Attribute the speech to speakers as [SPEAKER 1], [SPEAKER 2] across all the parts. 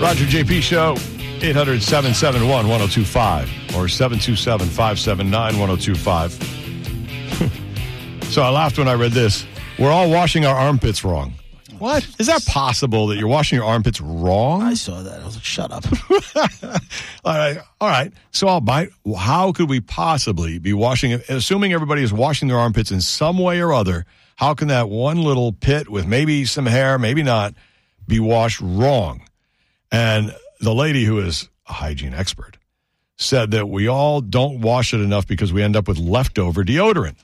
[SPEAKER 1] Roger JP Show, 800 771 1025 or 727 579 1025. So I laughed when I read this. We're all washing our armpits wrong. What? Is that possible that you're washing your armpits wrong?
[SPEAKER 2] I saw that. I was like, shut up.
[SPEAKER 1] All right, all right. So I'll buy. How could we possibly be washing? Assuming everybody is washing their armpits in some way or other, how can that one little pit with maybe some hair, maybe not, be washed wrong? And the lady who is a hygiene expert said that we all don't wash it enough because we end up with leftover deodorant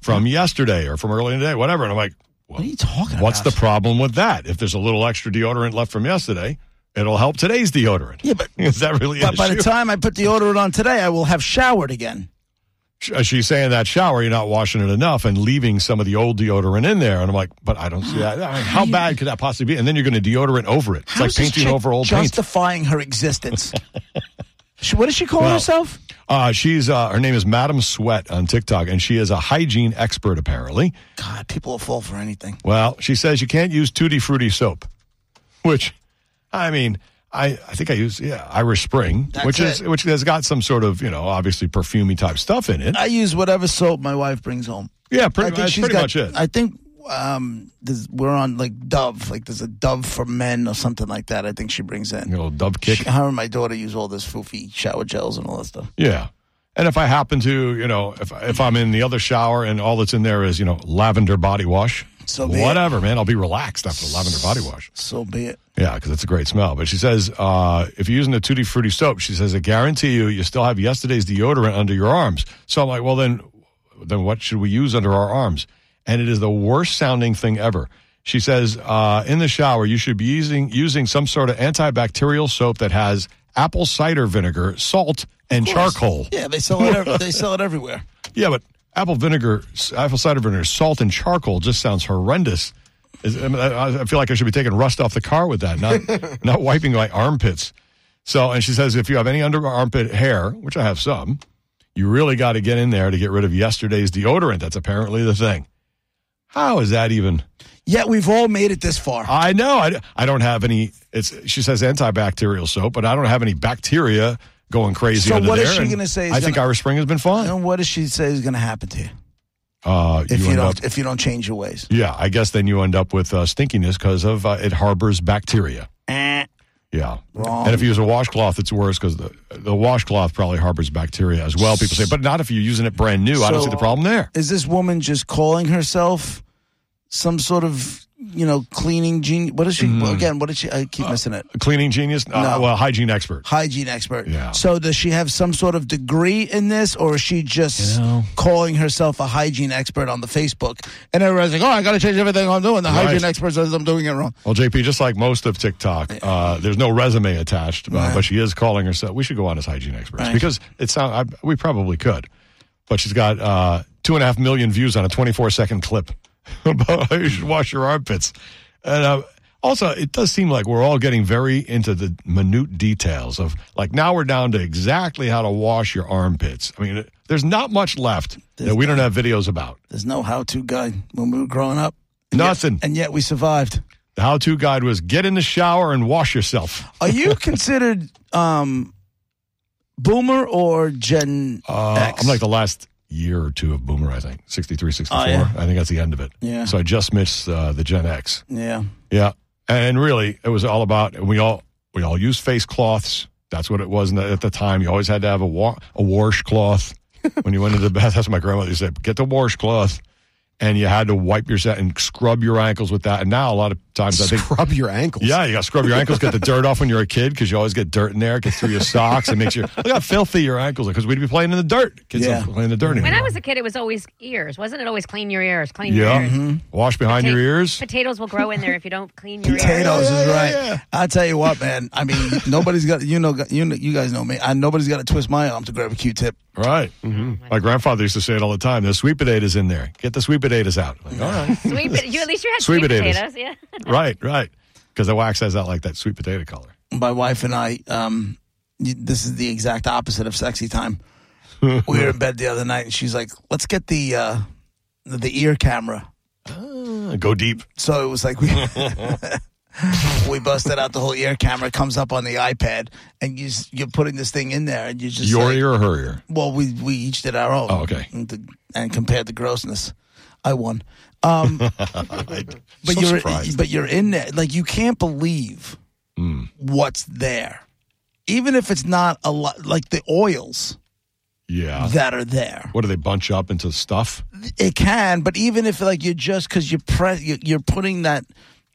[SPEAKER 1] from yesterday or from earlier in the day, whatever. And I'm like,
[SPEAKER 2] What are you talking
[SPEAKER 1] what's the
[SPEAKER 2] about?
[SPEAKER 1] problem with that? If there's a little extra deodorant left from yesterday, it'll help today's deodorant.
[SPEAKER 2] Yeah, but-
[SPEAKER 1] is that really? an
[SPEAKER 2] But by the
[SPEAKER 1] issue?
[SPEAKER 2] time I put deodorant on today, I will have showered again.
[SPEAKER 1] sh- she's saying that shower you're not washing it enough and leaving some of the old deodorant in there and i'm like but i don't see that I mean, how bad could that possibly be and then you're going to deodorant over it it's
[SPEAKER 2] How
[SPEAKER 1] like
[SPEAKER 2] is this
[SPEAKER 1] painting
[SPEAKER 2] chick
[SPEAKER 1] over old paint
[SPEAKER 2] justifying her existence. she, what does she call
[SPEAKER 1] Well,
[SPEAKER 2] herself?
[SPEAKER 1] uh, she's uh, her name is madam sweat on tiktok and she is a hygiene expert apparently
[SPEAKER 2] God, people will fall for anything.
[SPEAKER 1] well she says you can't use tutti frutti soap which i mean I, I think I use yeah Irish Spring,
[SPEAKER 2] That's
[SPEAKER 1] which is
[SPEAKER 2] it.
[SPEAKER 1] which has got some sort of you know obviously perfumey type stuff in it.
[SPEAKER 2] I use whatever soap my wife brings home.
[SPEAKER 1] yeah, pretty,
[SPEAKER 2] I think
[SPEAKER 1] that's
[SPEAKER 2] she's
[SPEAKER 1] pretty
[SPEAKER 2] got-
[SPEAKER 1] much it.
[SPEAKER 2] I think um, there's, we're on like Dove. Like there's a Dove for men or something like that. I think she brings in.
[SPEAKER 1] you know, dove kick.
[SPEAKER 2] She, her and my daughter use all this foofy shower gels and all that stuff.
[SPEAKER 1] Yeah. And if I happen to, you know, if if I'm in the other shower and all that's in there is, you know, lavender body wash,
[SPEAKER 2] So be it.
[SPEAKER 1] whatever, man, I'll be relaxed after the lavender body wash.
[SPEAKER 2] So be it.
[SPEAKER 1] Yeah, because it's a great smell. But she says, uh, if you're using a tutti frutti soap, she says, I guarantee you, you still have yesterday's deodorant under your arms. So I'm like, well, then, then what should we use under our arms? And it is the worst sounding thing ever. She says, uh, in the shower, you should be using using some sort of antibacterial soap that has apple cider vinegar, salt, and charcoal.
[SPEAKER 2] Yeah, they sell it. ev- they sell it everywhere.
[SPEAKER 1] Yeah, but apple vinegar, apple cider vinegar, salt, and charcoal just sounds horrendous. Is- I mean, I I feel like I should be taking rust off the car with that, not not wiping my armpits. So, and she says, if you have any under armpit hair, which I have some, you really got to get in there to get rid of yesterday's deodorant. That's apparently the thing. How is that even?
[SPEAKER 2] Yet we've all made it this far.
[SPEAKER 1] I know I, I don't have any. It's she says antibacterial soap, but I don't have any bacteria going crazy.
[SPEAKER 2] So
[SPEAKER 1] under
[SPEAKER 2] what is
[SPEAKER 1] there,
[SPEAKER 2] she
[SPEAKER 1] and
[SPEAKER 2] gonna say is
[SPEAKER 1] I think
[SPEAKER 2] gonna-
[SPEAKER 1] Irish Spring has been fine.
[SPEAKER 2] and what does she say is going to happen to you
[SPEAKER 1] uh,
[SPEAKER 2] if you,
[SPEAKER 1] end up-
[SPEAKER 2] don't if you don't change your ways?
[SPEAKER 1] Yeah, I guess then you end up with uh, stinkiness because of uh, it harbors bacteria.
[SPEAKER 2] Eh.
[SPEAKER 1] Yeah,
[SPEAKER 2] Wrong.
[SPEAKER 1] and if you use a washcloth, it's worse because the the washcloth probably harbors bacteria as well. People say, but not if you're using it brand new. I don't
[SPEAKER 2] So-
[SPEAKER 1] see the problem there.
[SPEAKER 2] Is this woman just calling herself some sort of you know cleaning genius? What is she
[SPEAKER 1] Mm-hmm.
[SPEAKER 2] again? What did she? I
[SPEAKER 1] Uh.
[SPEAKER 2] keep missing it.
[SPEAKER 1] A cleaning genius, uh,
[SPEAKER 2] No.
[SPEAKER 1] well, hygiene expert.
[SPEAKER 2] Hygiene expert.
[SPEAKER 1] Yeah.
[SPEAKER 2] So does she have some sort of degree in this, or is she just
[SPEAKER 1] You know.
[SPEAKER 2] calling herself a hygiene expert on the Facebook? And everybody's like, "Oh, I got to change everything I'm doing." The
[SPEAKER 1] Right.
[SPEAKER 2] hygiene expert says I'm doing it wrong.
[SPEAKER 1] Well, JP, just like most of TikTok, uh, there's no resume attached, uh, but she is calling herself. We should go on as hygiene experts
[SPEAKER 2] Right.
[SPEAKER 1] because it sound I, we probably could, but she's got uh, two and a half million views on a 24 second clip about how you should wash your armpits, and uh, also it does seem like we're all getting very into the minute details of like now we're down to exactly how to wash your armpits. I mean, it- there's not much left that we don't have videos about.
[SPEAKER 2] There's no how-to guide when we were growing up,
[SPEAKER 1] Nothing.
[SPEAKER 2] and yet we survived.
[SPEAKER 1] The how to guide was get in the shower and wash yourself.
[SPEAKER 2] Are you considered um, boomer or Gen
[SPEAKER 1] Uh,
[SPEAKER 2] X?
[SPEAKER 1] I'm like the last year or two of Boomer, I think. 63, 64.
[SPEAKER 2] Oh, yeah.
[SPEAKER 1] I think that's the end of it.
[SPEAKER 2] Yeah.
[SPEAKER 1] So I just missed uh, the Gen X.
[SPEAKER 2] yeah.
[SPEAKER 1] Yeah. And really, it was all about, we all we all used face cloths. That's what it was in the, at the time. You always had to have a, wa- a wash cloth when you went into the bath. That's what my grandmother used to say. Get the wash cloth. and you had to wipe yourself and scrub your ankles with that. And now a lot of times I think
[SPEAKER 3] Scrub your ankles.
[SPEAKER 1] yeah, you got to scrub your ankles, get the dirt off when you're a kid because you always get dirt in there. It gets through your socks and makes you look how filthy your ankles are because we'd be playing in the dirt. Kids
[SPEAKER 2] Yeah.
[SPEAKER 1] don't play in the dirt anymore.
[SPEAKER 4] When I was a kid, it was always ears. Wasn't it always clean your ears? Clean
[SPEAKER 1] yeah,
[SPEAKER 4] your
[SPEAKER 2] Mm-hmm.
[SPEAKER 4] ears.
[SPEAKER 1] wash behind your ears.
[SPEAKER 4] Potatoes will grow in there if you don't clean your ears.
[SPEAKER 2] Potatoes
[SPEAKER 1] Yeah,
[SPEAKER 2] is
[SPEAKER 1] yeah,
[SPEAKER 2] right.
[SPEAKER 1] yeah.
[SPEAKER 2] I tell you what, man. I mean, nobody's got you know you know, you guys know me. I, nobody's got to twist my arm to grab a Q-tip.
[SPEAKER 1] Right. Mm-hmm. My grandfather used to say it all the time. There's sweet potatoes in there. Get the sweet potatoes out. Like, all right.
[SPEAKER 4] Sweet, pot- you at least you had
[SPEAKER 1] Sweet
[SPEAKER 4] sweet,
[SPEAKER 1] potatoes.
[SPEAKER 4] potatoes. Yeah.
[SPEAKER 1] right, right. Because the wax has out like that sweet potato color.
[SPEAKER 2] My wife and I. Um, y- this is the exact opposite of sexy time. we were in bed the other night, and she's like, "Let's get the uh, the, the ear camera."
[SPEAKER 1] Uh, Go deep.
[SPEAKER 2] So it was like we we busted out the whole ear camera. Comes up on the iPad, and you s- you're putting this thing in there, and you just
[SPEAKER 1] Your
[SPEAKER 2] like-
[SPEAKER 1] ear or her ear?
[SPEAKER 2] Well, we we each did our own.
[SPEAKER 1] Oh, okay.
[SPEAKER 2] And, the, and compared the grossness, I won. Um, but
[SPEAKER 1] So
[SPEAKER 2] you're
[SPEAKER 1] surprised. Hmm.
[SPEAKER 2] but you're in there. Like you can't believe what's there, even if it's not a lot. Like the oils
[SPEAKER 1] Yeah.
[SPEAKER 2] that are there,
[SPEAKER 1] What do they bunch up into stuff?
[SPEAKER 2] it can. But even if like you're just because you press, you- you're putting that.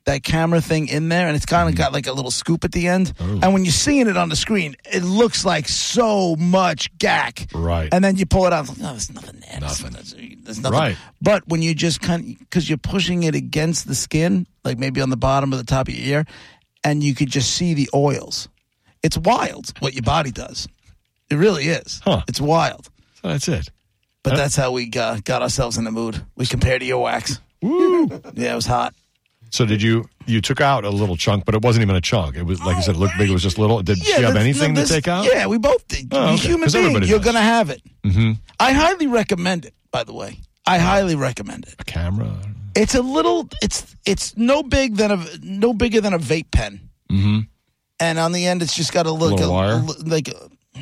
[SPEAKER 2] That camera thing in there, and it's kind
[SPEAKER 1] Mm-hmm.
[SPEAKER 2] of got like a little scoop at the end.
[SPEAKER 1] Oh.
[SPEAKER 2] And when you're seeing it on the screen, it looks like so much gack.
[SPEAKER 1] Right.
[SPEAKER 2] And then you pull it out. It's like, no, there's nothing there. There's
[SPEAKER 1] Nothing.
[SPEAKER 2] There's, there's nothing.
[SPEAKER 1] Right.
[SPEAKER 2] But when you just kind because you're pushing it against the skin, like maybe on the bottom or the top of your ear, and you could just see the oils. It's wild what your body does. It really is.
[SPEAKER 1] Huh.
[SPEAKER 2] It's wild.
[SPEAKER 1] So that's it.
[SPEAKER 2] But that's how we got, got ourselves in the mood. We compared to your wax. Woo! yeah, it was hot.
[SPEAKER 1] So did you? You took out a little chunk, but it wasn't even a chunk. It was like I said, it looked big. It was just little. Did
[SPEAKER 2] Yeah,
[SPEAKER 1] she have
[SPEAKER 2] that's-
[SPEAKER 1] anything
[SPEAKER 2] this-
[SPEAKER 1] to take out?
[SPEAKER 2] Yeah, we both did.
[SPEAKER 1] Oh,
[SPEAKER 2] You're
[SPEAKER 1] okay.
[SPEAKER 2] human
[SPEAKER 1] 'Cause
[SPEAKER 2] being.
[SPEAKER 1] everybody
[SPEAKER 2] You're
[SPEAKER 1] does.
[SPEAKER 2] gonna have it. Mm-hmm. I highly recommend it. By the way, I highly recommend it.
[SPEAKER 1] A camera.
[SPEAKER 2] It's a little. It's it's no big than a no bigger than a vape pen. Mm-hmm. And on the end, it's just got a look
[SPEAKER 1] little wire?
[SPEAKER 2] like a,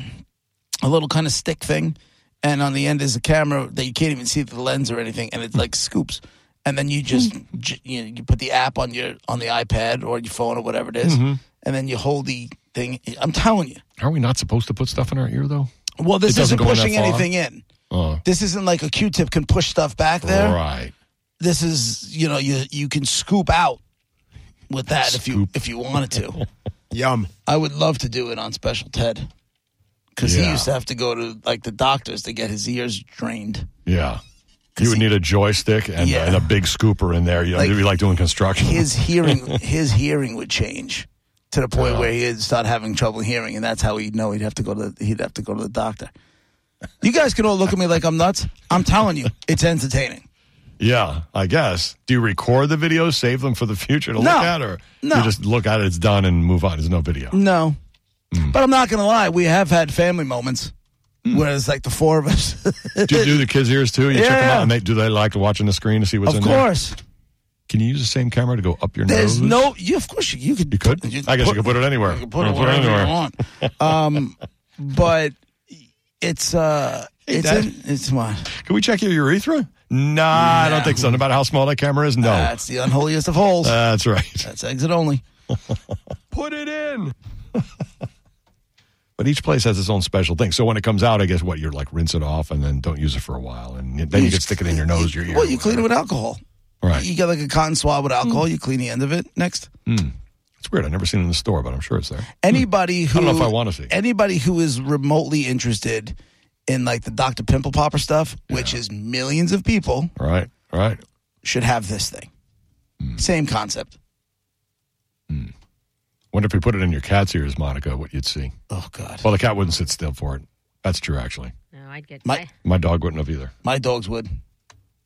[SPEAKER 2] a little kind of stick thing. And on the end is a camera that you can't even see the lens or anything, and it like scoops. And then you just
[SPEAKER 1] Hmm.
[SPEAKER 2] j- you, know, you put the app on your on the iPad or your phone or whatever it is,
[SPEAKER 1] Mm-hmm.
[SPEAKER 2] and then you hold the thing. I'm telling you.
[SPEAKER 1] Are we not supposed to put stuff in our ear though?
[SPEAKER 2] Well, this
[SPEAKER 1] doesn't
[SPEAKER 2] isn't
[SPEAKER 1] go in that
[SPEAKER 2] pushing
[SPEAKER 1] far?
[SPEAKER 2] anything in.
[SPEAKER 1] Oh,
[SPEAKER 2] This isn't like a Q-tip can push stuff back there
[SPEAKER 1] right.
[SPEAKER 2] this is you know you you can scoop out with that if you if you wanted to.
[SPEAKER 3] Yum.
[SPEAKER 2] I would love to do it on Special Ted because he
[SPEAKER 1] Yeah.
[SPEAKER 2] used to have to go to like the doctors to get his ears drained.
[SPEAKER 1] Yeah. You would need a joystick and,
[SPEAKER 2] Yeah.
[SPEAKER 1] and a big scooper in there. You know,
[SPEAKER 2] Like-
[SPEAKER 1] it'd be like doing construction.
[SPEAKER 2] His hearing his hearing would change to the point where he'd start having trouble hearing, and that's how he'd know he'd have to go to the, he'd have to go to the doctor. You guys can all look at me like I'm nuts. I'm telling you, it's entertaining.
[SPEAKER 1] Yeah, I guess. Do you record the videos, save them for the future to
[SPEAKER 2] No.
[SPEAKER 1] look at, or
[SPEAKER 2] No.
[SPEAKER 1] you just look at it, it's done, and move on? There's no video.
[SPEAKER 2] No. But I'm not going to lie, we have had family moments where it's like the four of us.
[SPEAKER 1] Do you do the kids' ears too? You check them
[SPEAKER 2] Yeah.
[SPEAKER 1] out, and they, do they like watching the screen to see what's
[SPEAKER 2] of
[SPEAKER 1] in there?
[SPEAKER 2] course.
[SPEAKER 1] Can you use the same camera to go up your
[SPEAKER 2] There's
[SPEAKER 1] nose?
[SPEAKER 2] no. You, of course, you, you could.
[SPEAKER 1] You could? I guess you could put it anywhere.
[SPEAKER 2] You could put it wherever you want. Um, but it's uh, it's
[SPEAKER 1] Dad.
[SPEAKER 2] in, it's what?
[SPEAKER 1] Can we check your urethra? Nah, I don't
[SPEAKER 2] No.
[SPEAKER 1] think so. No matter how small that camera is, no.
[SPEAKER 2] That's the unholiest of holes.
[SPEAKER 1] That's right.
[SPEAKER 2] That's exit only.
[SPEAKER 1] Put it in. but each place has its own special thing. So when it comes out, I guess what you're like rinse it off and then don't use it for a while, and then you, can stick it in your nose, your ear.
[SPEAKER 2] Well, you clean it with alcohol.
[SPEAKER 1] Right.
[SPEAKER 2] You get like a cotton swab with alcohol. You clean the end of it. Next.
[SPEAKER 1] It's weird. I've never seen it in the store, but I'm sure it's there.
[SPEAKER 2] Anybody who
[SPEAKER 1] don't know if Hmm. I wanna see.
[SPEAKER 2] anybody who is remotely interested in like the Dr. Pimple Popper stuff, which is millions of people,
[SPEAKER 1] All right. All right.
[SPEAKER 2] should have this thing.
[SPEAKER 1] Hmm.
[SPEAKER 2] Same concept.
[SPEAKER 1] Wonder if we put it in your cat's ears, Monica, what you'd see.
[SPEAKER 2] Oh God.
[SPEAKER 1] Well, the cat wouldn't sit still for it. That's true, actually.
[SPEAKER 4] No, I'd get
[SPEAKER 2] My-
[SPEAKER 4] my.
[SPEAKER 1] My dog wouldn't have either.
[SPEAKER 2] My dogs would.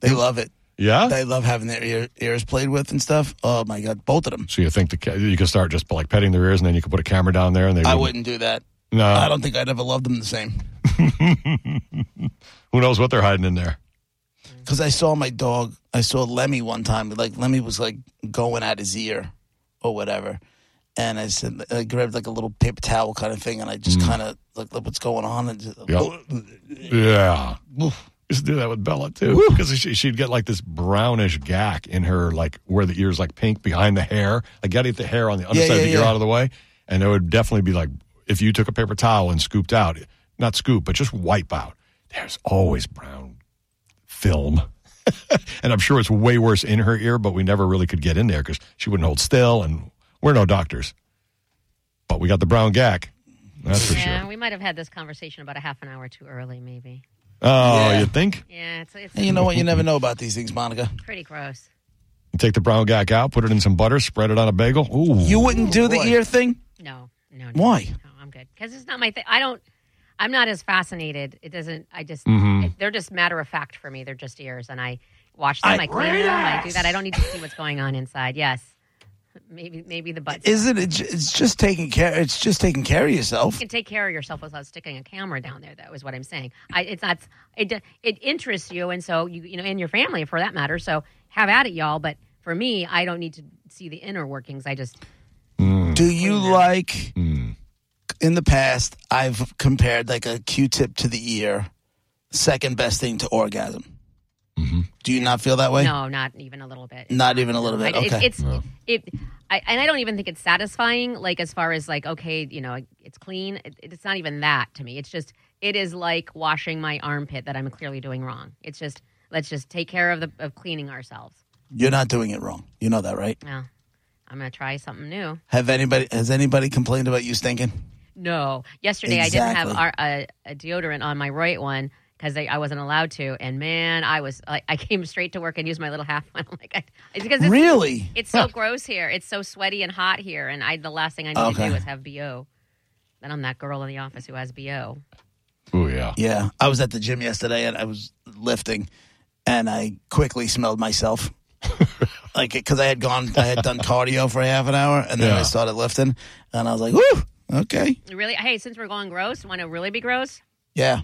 [SPEAKER 2] They love it.
[SPEAKER 1] Yeah.
[SPEAKER 2] They love having their ear, ears played with and stuff. Oh my god, both of them.
[SPEAKER 1] so you think the cat, you could start just like petting their ears, and then you could put a camera down there, and they
[SPEAKER 2] I
[SPEAKER 1] wouldn't-
[SPEAKER 2] wouldn't do that.
[SPEAKER 1] No.
[SPEAKER 2] I don't think I'd ever love them the same.
[SPEAKER 1] Who knows what they're hiding in there?
[SPEAKER 2] Because I saw my dog. I saw Lemmy one time. Like Lemmy was like going at his ear or whatever, and I said I grabbed like a little paper towel kind of thing, and I
[SPEAKER 1] Mm.
[SPEAKER 2] just kind of looked like what's going on and just,
[SPEAKER 1] Yeah. Yeah. Oh, Used to do that with Bella too, because she, she'd get like this brownish gack in her, like where the ears like pink behind the hair. Like, gotta get the hair on the underside
[SPEAKER 2] yeah,
[SPEAKER 1] of the ear
[SPEAKER 2] yeah.
[SPEAKER 1] out of the way, and it would definitely be like if you took a paper towel and scooped out, not scoop, but just wipe out. There's always brown film and I'm sure it's way worse in her ear, but we never really could get in there because she wouldn't hold still, and we're no doctors. But we got the brown gack. That's for
[SPEAKER 4] Yeah,
[SPEAKER 1] sure.
[SPEAKER 4] we might have had this conversation about a half an hour too early, maybe.
[SPEAKER 1] Oh,
[SPEAKER 2] Yeah.
[SPEAKER 1] you think?
[SPEAKER 4] Yeah, it's, it's
[SPEAKER 2] Hey, you know what? You never know about these things, Monica.
[SPEAKER 4] pretty gross.
[SPEAKER 1] Take the brown gack out, put it in some butter, spread it on a bagel. Ooh.
[SPEAKER 2] You wouldn't do the ear thing?
[SPEAKER 4] No, no. no
[SPEAKER 2] Why?
[SPEAKER 4] No, I'm good because it's not my thing. I don't. I'm not as fascinated. It doesn't. I just.
[SPEAKER 2] Mm-hmm.
[SPEAKER 4] it- they're just matter of fact for me. They're just ears, and I watch them. I, clean them. I do that. I don't need to see what's going on inside. Yes, maybe maybe the butt.
[SPEAKER 2] Is it? It's it's just taking care. It's just taking care of yourself.
[SPEAKER 4] you can take care of yourself without sticking a camera down there. Though is what I'm saying. I, it's not. It d- it interests you, and so you you know, and your family for that matter. So have at it, y'all. But for me, I don't need to see the inner workings. I just
[SPEAKER 2] Do you Mm. like? In the past, I've compared like a Q-tip to the ear, second best thing to orgasm. Do you not feel that way?
[SPEAKER 4] no, not even a little bit.
[SPEAKER 2] Not even a little bit.
[SPEAKER 4] I-
[SPEAKER 2] okay.
[SPEAKER 4] It's, it's it, I, and I don't even think it's satisfying. Like as far as like, okay, you know, it's clean. It, it's not even that to me. It's just it is like washing my armpit that I'm clearly doing wrong. It's just let's just take care of the of cleaning ourselves.
[SPEAKER 2] You're not doing it wrong. You know that, right?
[SPEAKER 4] Well, I'm gonna try something new.
[SPEAKER 2] Have anybody? Has anybody complained about you stinking?
[SPEAKER 4] No, yesterday I didn't have
[SPEAKER 2] Exactly.
[SPEAKER 4] our, a, a deodorant on my right one because I, I wasn't allowed to. And man, I was I, I came straight to work and used my little half one. I'm like, I, it's because it's,
[SPEAKER 2] Really?
[SPEAKER 4] It's so gross here. It's so sweaty and hot here. And I the last thing I need
[SPEAKER 2] Okay.
[SPEAKER 4] to do is have BO. Then I'm that girl in the office who has BO.
[SPEAKER 1] Ooh, yeah.
[SPEAKER 2] Yeah, I was at the gym yesterday and I was lifting, and I quickly smelled myself, like because I had gone, I had done cardio for half an hour, and then
[SPEAKER 1] Yeah.
[SPEAKER 2] I started lifting, and I was like, "Woo, okay,
[SPEAKER 4] Really? Hey, since we're going gross, want to really be gross?
[SPEAKER 2] yeah."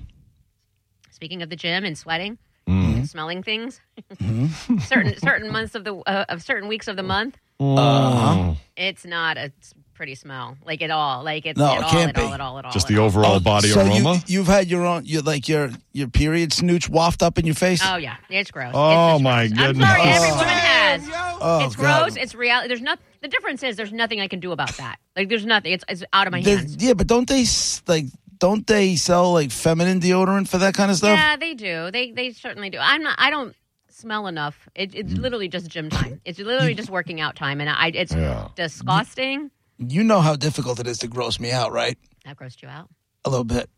[SPEAKER 4] Speaking of the gym and sweating
[SPEAKER 2] Mm-hmm.
[SPEAKER 4] and smelling things, certain certain months of the uh, of certain weeks of the month,
[SPEAKER 2] Uh-huh.
[SPEAKER 4] it's not a s- pretty smell like at all. Like it's
[SPEAKER 2] No,
[SPEAKER 4] at
[SPEAKER 2] it
[SPEAKER 4] all,
[SPEAKER 2] can't
[SPEAKER 4] at all,
[SPEAKER 2] be.
[SPEAKER 4] at all, at all.
[SPEAKER 1] Just
[SPEAKER 4] at
[SPEAKER 1] the
[SPEAKER 4] all.
[SPEAKER 1] overall body
[SPEAKER 2] Oh, so
[SPEAKER 1] aroma.
[SPEAKER 2] You, you've had your own, your like your your period snooch waft up in your face.
[SPEAKER 4] Oh yeah, it's gross.
[SPEAKER 1] Oh,
[SPEAKER 4] It's just
[SPEAKER 1] my
[SPEAKER 4] gross.
[SPEAKER 1] goodness.
[SPEAKER 4] I'm sorry, every
[SPEAKER 2] Oh.
[SPEAKER 4] woman has.
[SPEAKER 2] Oh,
[SPEAKER 4] it's
[SPEAKER 2] God.
[SPEAKER 4] gross. It's reality. There's not. The difference is there's nothing I can do about that. Like there's nothing. It's it's out of my
[SPEAKER 2] There's-
[SPEAKER 4] hands.
[SPEAKER 2] yeah, but don't they s- like don't they sell like feminine deodorant for that kind of stuff?
[SPEAKER 4] Yeah, they do. They they certainly do. I'm not. I don't smell enough. It, it's
[SPEAKER 1] Mm.
[SPEAKER 4] literally just gym time. It's literally just working out time, and I it's
[SPEAKER 1] Yeah.
[SPEAKER 4] disgusting.
[SPEAKER 2] You know how difficult it is to gross me out, right?
[SPEAKER 4] That grossed you out.
[SPEAKER 2] A little bit.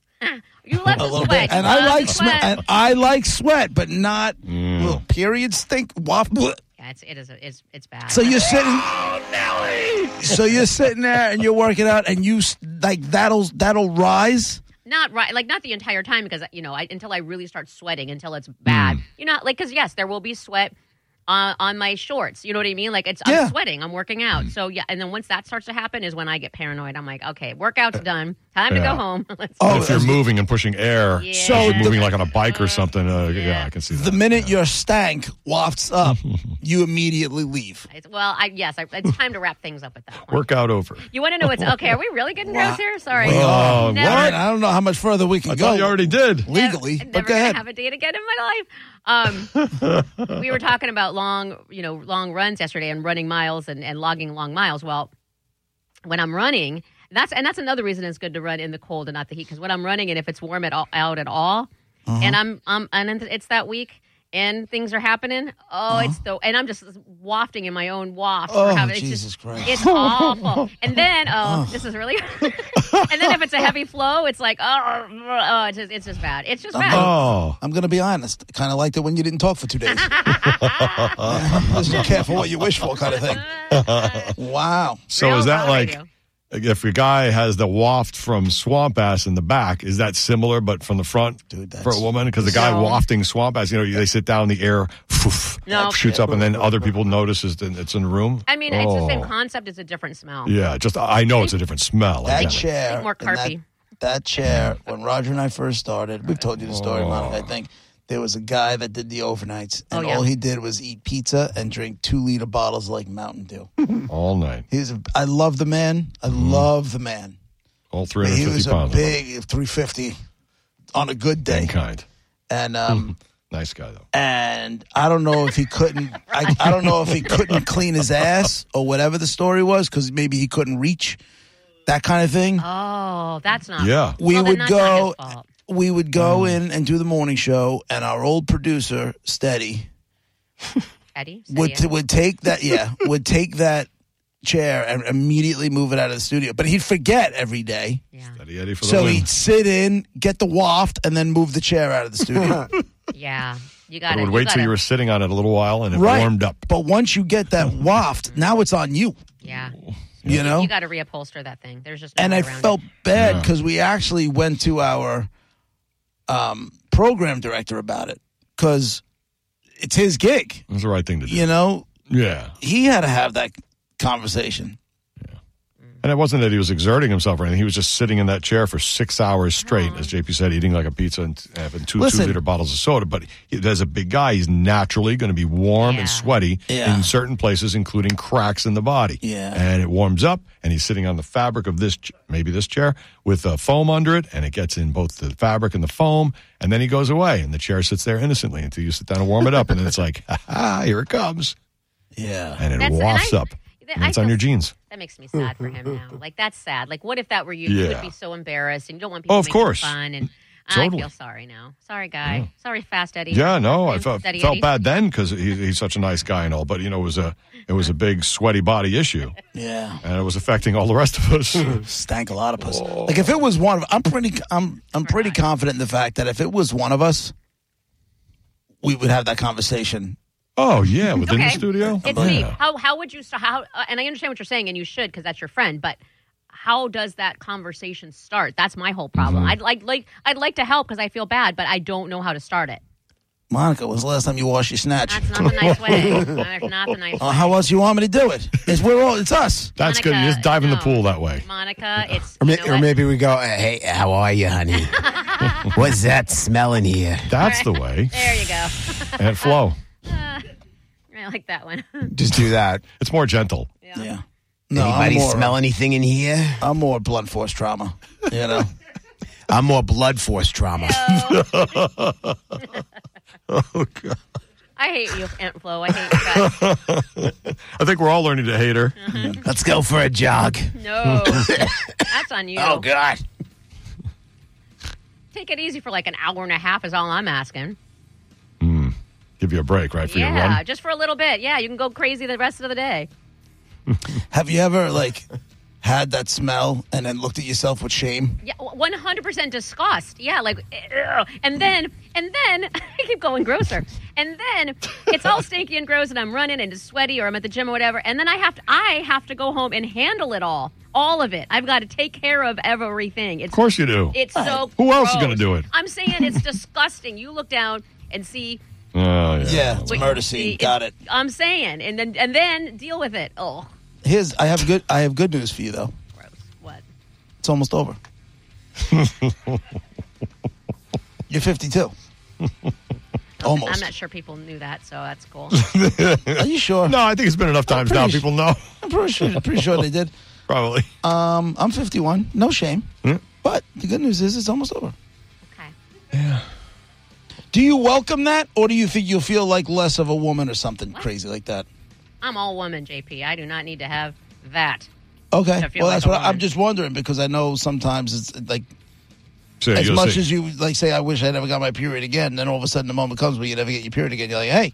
[SPEAKER 4] You love
[SPEAKER 2] a
[SPEAKER 4] the
[SPEAKER 2] little
[SPEAKER 4] sweat.
[SPEAKER 2] bit.
[SPEAKER 4] You
[SPEAKER 2] And I
[SPEAKER 4] love
[SPEAKER 2] like
[SPEAKER 4] the
[SPEAKER 2] sweat.
[SPEAKER 4] sweat.
[SPEAKER 2] And I like sweat, but not
[SPEAKER 1] Mm.
[SPEAKER 2] little period stink waft. bleh.
[SPEAKER 4] yeah, it's it is a- it's it's bad.
[SPEAKER 2] So you're sitting.
[SPEAKER 1] Oh,
[SPEAKER 2] So you're sitting there and you're working out, and you s- like that'll that'll rise.
[SPEAKER 4] not right like not the entire time because you know I, until i really start sweating until
[SPEAKER 2] Hmm.
[SPEAKER 4] it's bad you know like because yes there will be sweat uh, on my shorts you know what i mean like it's
[SPEAKER 2] Yeah. Hmm.
[SPEAKER 4] i'm sweating i'm working out so yeah and then once that starts to happen is when i get paranoid i'm like okay workout's done time to
[SPEAKER 1] yeah.
[SPEAKER 4] go home Let's
[SPEAKER 2] Uh, Oh,
[SPEAKER 1] if you're
[SPEAKER 2] that's-
[SPEAKER 1] moving and pushing air,
[SPEAKER 4] Yeah.
[SPEAKER 1] if
[SPEAKER 2] So
[SPEAKER 1] you're
[SPEAKER 2] the-
[SPEAKER 1] moving like on a bike or something, uh, yeah. I can see that.
[SPEAKER 2] The minute your stank wafts up, you immediately leave.
[SPEAKER 4] it's, well i yes I, it's time to wrap things up at that point
[SPEAKER 1] Workout over.
[SPEAKER 4] you want to know what's okay are we really getting
[SPEAKER 2] Wow.
[SPEAKER 4] gross here sorry
[SPEAKER 1] Wow.
[SPEAKER 4] Never-
[SPEAKER 2] I, mean, I don't know how much further we can
[SPEAKER 1] I
[SPEAKER 2] go
[SPEAKER 1] thought you already did.
[SPEAKER 4] never-
[SPEAKER 2] legally,
[SPEAKER 4] I'm
[SPEAKER 2] but
[SPEAKER 4] never
[SPEAKER 2] go
[SPEAKER 4] gonna
[SPEAKER 2] ahead.
[SPEAKER 4] have a date again in my life. Um, we were talking about long, you know, long runs yesterday and running miles and, and logging long miles. Well, when I'm running, that's and that's another reason it's good to run in the cold and not the heat because when I'm running and if it's warm at all out at all,
[SPEAKER 2] Uh-huh.
[SPEAKER 4] and I'm um and it's that week. And things are happening. Oh, it's the and I'm just wafting in my own waft.
[SPEAKER 2] Uh-huh. Oh,
[SPEAKER 4] We're having- it's
[SPEAKER 2] Jesus
[SPEAKER 4] just,
[SPEAKER 2] Christ.
[SPEAKER 4] It's awful. And then, oh, this is really. and then if it's a heavy flow, it's like, oh, oh it's just, it's just bad. It's just bad.
[SPEAKER 1] Oh.
[SPEAKER 2] I'm gonna be honest. Kind of liked it when you didn't talk for two days. Just be careful what you wish for, kind of thing. Wow.
[SPEAKER 1] Uh-huh. So
[SPEAKER 4] Real
[SPEAKER 1] is that
[SPEAKER 4] raw
[SPEAKER 1] like
[SPEAKER 4] radio.
[SPEAKER 1] if a guy has the waft from swamp ass in the back, is that similar but from the front
[SPEAKER 2] Dude, that's-
[SPEAKER 1] for a woman? Because the guy
[SPEAKER 4] No.
[SPEAKER 1] wafting swamp ass, you know, they sit down in the air, poof,
[SPEAKER 4] No.
[SPEAKER 1] shoots up, and then other people notices that it's in the room.
[SPEAKER 4] I mean, it's the same
[SPEAKER 1] Oh.
[SPEAKER 4] concept. It's a different smell.
[SPEAKER 1] Yeah, just I know it's a different smell. I
[SPEAKER 2] That
[SPEAKER 1] get it.
[SPEAKER 2] chair.
[SPEAKER 4] Like more
[SPEAKER 2] and that-
[SPEAKER 4] carpy.
[SPEAKER 2] That, chair, when Roger and I first started, we've told you the story, Monica, I think. There was a guy that did the overnights, and
[SPEAKER 4] Oh, yeah.
[SPEAKER 2] all he did was eat pizza and drink two liter bottles of, like Mountain Dew.
[SPEAKER 1] all night,
[SPEAKER 2] He's a, I love the man. I love the man.
[SPEAKER 1] all
[SPEAKER 2] But he
[SPEAKER 1] 350
[SPEAKER 2] was a
[SPEAKER 1] pounds.
[SPEAKER 2] big 350 on a good day.
[SPEAKER 1] and kind,
[SPEAKER 2] And um,
[SPEAKER 1] nice guy though.
[SPEAKER 2] and I don't know if he couldn't. I, I don't know if he couldn't clean his ass or whatever the story was because maybe he couldn't reach that kind of thing.
[SPEAKER 4] Oh, that's not.
[SPEAKER 1] Yeah.
[SPEAKER 2] we
[SPEAKER 4] Well, then
[SPEAKER 2] would
[SPEAKER 4] that's not
[SPEAKER 2] go.
[SPEAKER 4] his fault.
[SPEAKER 2] We would go in and do the morning show, and our old producer, Steady,
[SPEAKER 4] Eddie. say
[SPEAKER 2] would
[SPEAKER 4] yes.
[SPEAKER 2] would take that yeah would take that chair and immediately move it out of the studio but he'd forget every day
[SPEAKER 4] yeah.
[SPEAKER 1] Eddie, Eddie for the
[SPEAKER 2] so
[SPEAKER 1] win.
[SPEAKER 2] he'd sit in get the waft and then move the chair out of the studio
[SPEAKER 4] Yeah. You got
[SPEAKER 1] I
[SPEAKER 4] to
[SPEAKER 1] would wait
[SPEAKER 4] gotta,
[SPEAKER 1] till you were sitting on it a little while and it
[SPEAKER 2] Right.
[SPEAKER 1] warmed up.
[SPEAKER 2] but once you get that waft now it's on you
[SPEAKER 4] Yeah.
[SPEAKER 2] you know
[SPEAKER 4] You got to reupholster that thing. There's just no
[SPEAKER 2] and
[SPEAKER 4] way
[SPEAKER 2] I
[SPEAKER 4] around
[SPEAKER 2] felt
[SPEAKER 4] it.
[SPEAKER 2] bad because we actually went to our um, program director about it because it's his gig.
[SPEAKER 1] That's the right thing to do.
[SPEAKER 2] You know,
[SPEAKER 1] yeah.
[SPEAKER 2] he had to have that conversation.
[SPEAKER 1] And it wasn't that he was exerting himself or anything. He was just sitting in that chair for six hours straight, as JP said, eating like a pizza and having two
[SPEAKER 2] Listen.
[SPEAKER 1] two liter bottles of soda. But he, as a big guy, he's naturally going to be warm
[SPEAKER 4] Yeah.
[SPEAKER 1] and sweaty
[SPEAKER 2] Yeah.
[SPEAKER 1] in certain places, including cracks in the body.
[SPEAKER 2] Yeah.
[SPEAKER 1] And it warms up, and he's sitting on the fabric of this, ch- maybe this chair, with uh, foam under it, and it gets in both the fabric and the foam. And then he goes away, and the chair sits there innocently until you sit down and warm it up. and it's like, ha ha, here it comes.
[SPEAKER 2] Yeah.
[SPEAKER 1] And it
[SPEAKER 4] That's- and
[SPEAKER 1] wafts
[SPEAKER 4] I-
[SPEAKER 1] up.
[SPEAKER 4] that-
[SPEAKER 1] And
[SPEAKER 4] I
[SPEAKER 1] it's on
[SPEAKER 4] feel-
[SPEAKER 1] your jeans.
[SPEAKER 4] That makes me sad for him now. Like that's sad. Like what if that were you? You
[SPEAKER 1] Mm-hmm. Yeah.
[SPEAKER 4] would be so embarrassed, and you don't want people.
[SPEAKER 1] Oh, of
[SPEAKER 4] making
[SPEAKER 1] course.
[SPEAKER 4] Fun, and
[SPEAKER 1] Totally.
[SPEAKER 4] I feel sorry now. Sorry, guy. Sorry, fast Eddie.
[SPEAKER 1] Yeah, no, I
[SPEAKER 4] Thanks,
[SPEAKER 1] felt,
[SPEAKER 4] Steady
[SPEAKER 1] felt
[SPEAKER 4] Eddie.
[SPEAKER 1] bad then because he, he's such a nice guy and all, but you know, it was a it was a big sweaty body issue,
[SPEAKER 2] Yeah.
[SPEAKER 1] and it was affecting all the rest of us.
[SPEAKER 2] Stank a lot of us. Like if it was one of I'm pretty I'm I'm pretty confident in the fact that if it was one of us, we would have that conversation.
[SPEAKER 1] oh yeah, within the
[SPEAKER 4] Okay.
[SPEAKER 1] studio,
[SPEAKER 4] It's
[SPEAKER 1] yeah.
[SPEAKER 4] me. How how would you st- how? Uh, and I understand what you're saying, and you should because that's your friend. But how does that conversation start? That's my whole problem.
[SPEAKER 1] Mm-hmm.
[SPEAKER 4] I'd like like I'd like to help because I feel bad, but I don't know how to start it.
[SPEAKER 2] Monica, when's the last time you washed your snatch?
[SPEAKER 4] That's not the nice way. That's not the nice
[SPEAKER 2] Uh,
[SPEAKER 4] way.
[SPEAKER 2] how else you want me to do it? It's we're all it's us.
[SPEAKER 1] That's good. You
[SPEAKER 4] Monica,
[SPEAKER 1] just dive in the
[SPEAKER 4] no.
[SPEAKER 1] pool that way.
[SPEAKER 4] Monica, it's
[SPEAKER 3] Or,
[SPEAKER 4] you
[SPEAKER 3] may,
[SPEAKER 4] know
[SPEAKER 3] or
[SPEAKER 4] what?
[SPEAKER 3] maybe we go, uh, hey, how are you, honey? What's that smell in here?
[SPEAKER 1] That's the way,
[SPEAKER 4] there you go.
[SPEAKER 1] and flow.
[SPEAKER 4] I like that one.
[SPEAKER 3] Just do that.
[SPEAKER 1] It's more gentle.
[SPEAKER 2] Yeah. No,
[SPEAKER 3] Anybody
[SPEAKER 2] I'm more,
[SPEAKER 3] smell anything in here?
[SPEAKER 2] I'm more blunt force trauma. You know.
[SPEAKER 3] I'm more blood force trauma.
[SPEAKER 1] Oh God,
[SPEAKER 4] I hate you, Aunt Flo. I hate you guys.
[SPEAKER 1] I think we're all learning to hate her.
[SPEAKER 4] Uh-huh.
[SPEAKER 3] Let's go for a jog.
[SPEAKER 4] No. That's on you.
[SPEAKER 3] Oh, God.
[SPEAKER 4] Take it easy for like an hour and a half is all I'm asking.
[SPEAKER 1] Give you a break, right? For your
[SPEAKER 4] yeah,
[SPEAKER 1] run.
[SPEAKER 4] just for a little bit. Yeah, you can go crazy the rest of the day.
[SPEAKER 2] Have you ever like had that smell and then looked at yourself with shame?
[SPEAKER 4] Yeah, 100% disgust. Yeah, like, ugh. and then, and then, I keep going grosser. And then it's all stinky and gross, and I'm running and it's sweaty, or I'm at the gym or whatever. And then I have to, I have to go home and handle it all, all of it. I've got to take care of everything. It's
[SPEAKER 1] Of course you do.
[SPEAKER 4] It's so.
[SPEAKER 1] Who else is
[SPEAKER 4] gross.
[SPEAKER 1] gonna do it?
[SPEAKER 4] I'm saying it's disgusting. You look down and see.
[SPEAKER 1] Oh, yeah.
[SPEAKER 2] Yeah, it's a
[SPEAKER 4] what
[SPEAKER 2] murder
[SPEAKER 4] you
[SPEAKER 2] scene.
[SPEAKER 4] see.
[SPEAKER 2] Got it.
[SPEAKER 4] I'm saying, and then and then deal with it. Oh,
[SPEAKER 2] Here's I have good I have good news for you though.
[SPEAKER 4] gross. What?
[SPEAKER 2] It's almost over. You're 52.
[SPEAKER 4] I'm
[SPEAKER 2] Almost.
[SPEAKER 4] not sure people knew that, so that's cool.
[SPEAKER 2] Are you sure?
[SPEAKER 1] No, I think it's been enough times now.
[SPEAKER 2] pretty
[SPEAKER 1] People know
[SPEAKER 2] I'm pretty sure, pretty sure they did.
[SPEAKER 1] probably.
[SPEAKER 2] Um, I'm 51. No shame.
[SPEAKER 1] Hmm?
[SPEAKER 2] But the good news is it's almost over.
[SPEAKER 4] Okay.
[SPEAKER 2] Do you welcome that, or do you think you'll feel like less of a woman or something crazy like that?
[SPEAKER 4] I'm all woman, JP. I do not need to have that.
[SPEAKER 2] Okay.
[SPEAKER 4] I feel
[SPEAKER 2] Well,
[SPEAKER 4] like
[SPEAKER 2] that's
[SPEAKER 4] a
[SPEAKER 2] what I- I'm
[SPEAKER 4] woman.
[SPEAKER 2] just wondering because I know sometimes it's like
[SPEAKER 1] So
[SPEAKER 2] as
[SPEAKER 1] you'll
[SPEAKER 2] much
[SPEAKER 1] see.
[SPEAKER 2] as you like say, I wish I never got my period again. Then all of a sudden, the moment comes where you never get your period again. You're like, hey,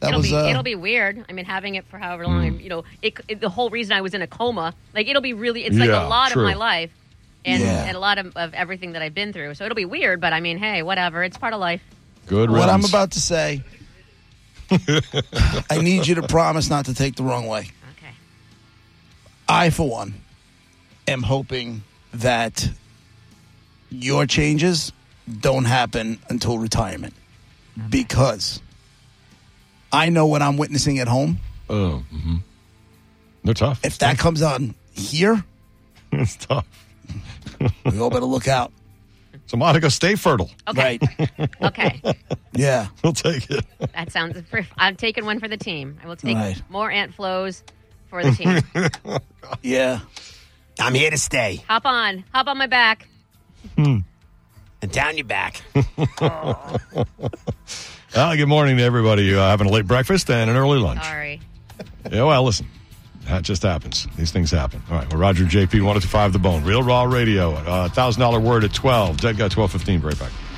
[SPEAKER 2] that
[SPEAKER 4] it'll
[SPEAKER 2] was
[SPEAKER 4] be
[SPEAKER 2] uh,
[SPEAKER 4] it'll be weird. I mean, having it for however long,
[SPEAKER 1] Hmm.
[SPEAKER 4] you know, it, it- the whole reason I was in a coma, like it'll be really. It's like
[SPEAKER 1] Yeah,
[SPEAKER 4] a lot
[SPEAKER 1] true.
[SPEAKER 4] of my life, and
[SPEAKER 2] Yeah.
[SPEAKER 4] and a lot of, of everything that I've been through. So it'll be weird, but I mean, hey, whatever. It's part of life.
[SPEAKER 1] Good.
[SPEAKER 2] what I'm
[SPEAKER 1] riddance.
[SPEAKER 2] about to say. I need you to promise not to take the wrong way.
[SPEAKER 4] Okay.
[SPEAKER 2] I, for one, am hoping that your changes don't happen until retirement because I know what I'm witnessing at home.
[SPEAKER 1] Oh, mhm. they're tough.
[SPEAKER 2] If that comes on here,
[SPEAKER 1] it's tough.
[SPEAKER 2] we all better look out.
[SPEAKER 1] So Monica, stay fertile.
[SPEAKER 4] Okay.
[SPEAKER 2] Right.
[SPEAKER 4] Okay.
[SPEAKER 2] Yeah.
[SPEAKER 1] We'll take it.
[SPEAKER 4] That sounds. I'm taking one for the team. I will take
[SPEAKER 2] Right.
[SPEAKER 4] more Ant Flows for the team.
[SPEAKER 2] Yeah.
[SPEAKER 3] I'm here to stay.
[SPEAKER 4] hop on. Hop on my back.
[SPEAKER 3] And down your back.
[SPEAKER 1] Well, good morning to everybody uh, having a late breakfast and an early lunch.
[SPEAKER 4] Sorry.
[SPEAKER 1] Yeah, well, listen, that just happens. These things happen. All right, well, Roger JP, 1025 The Bone, Real Raw Radio, uh, $1,000 word at 12, Dead Guy 1215, right back.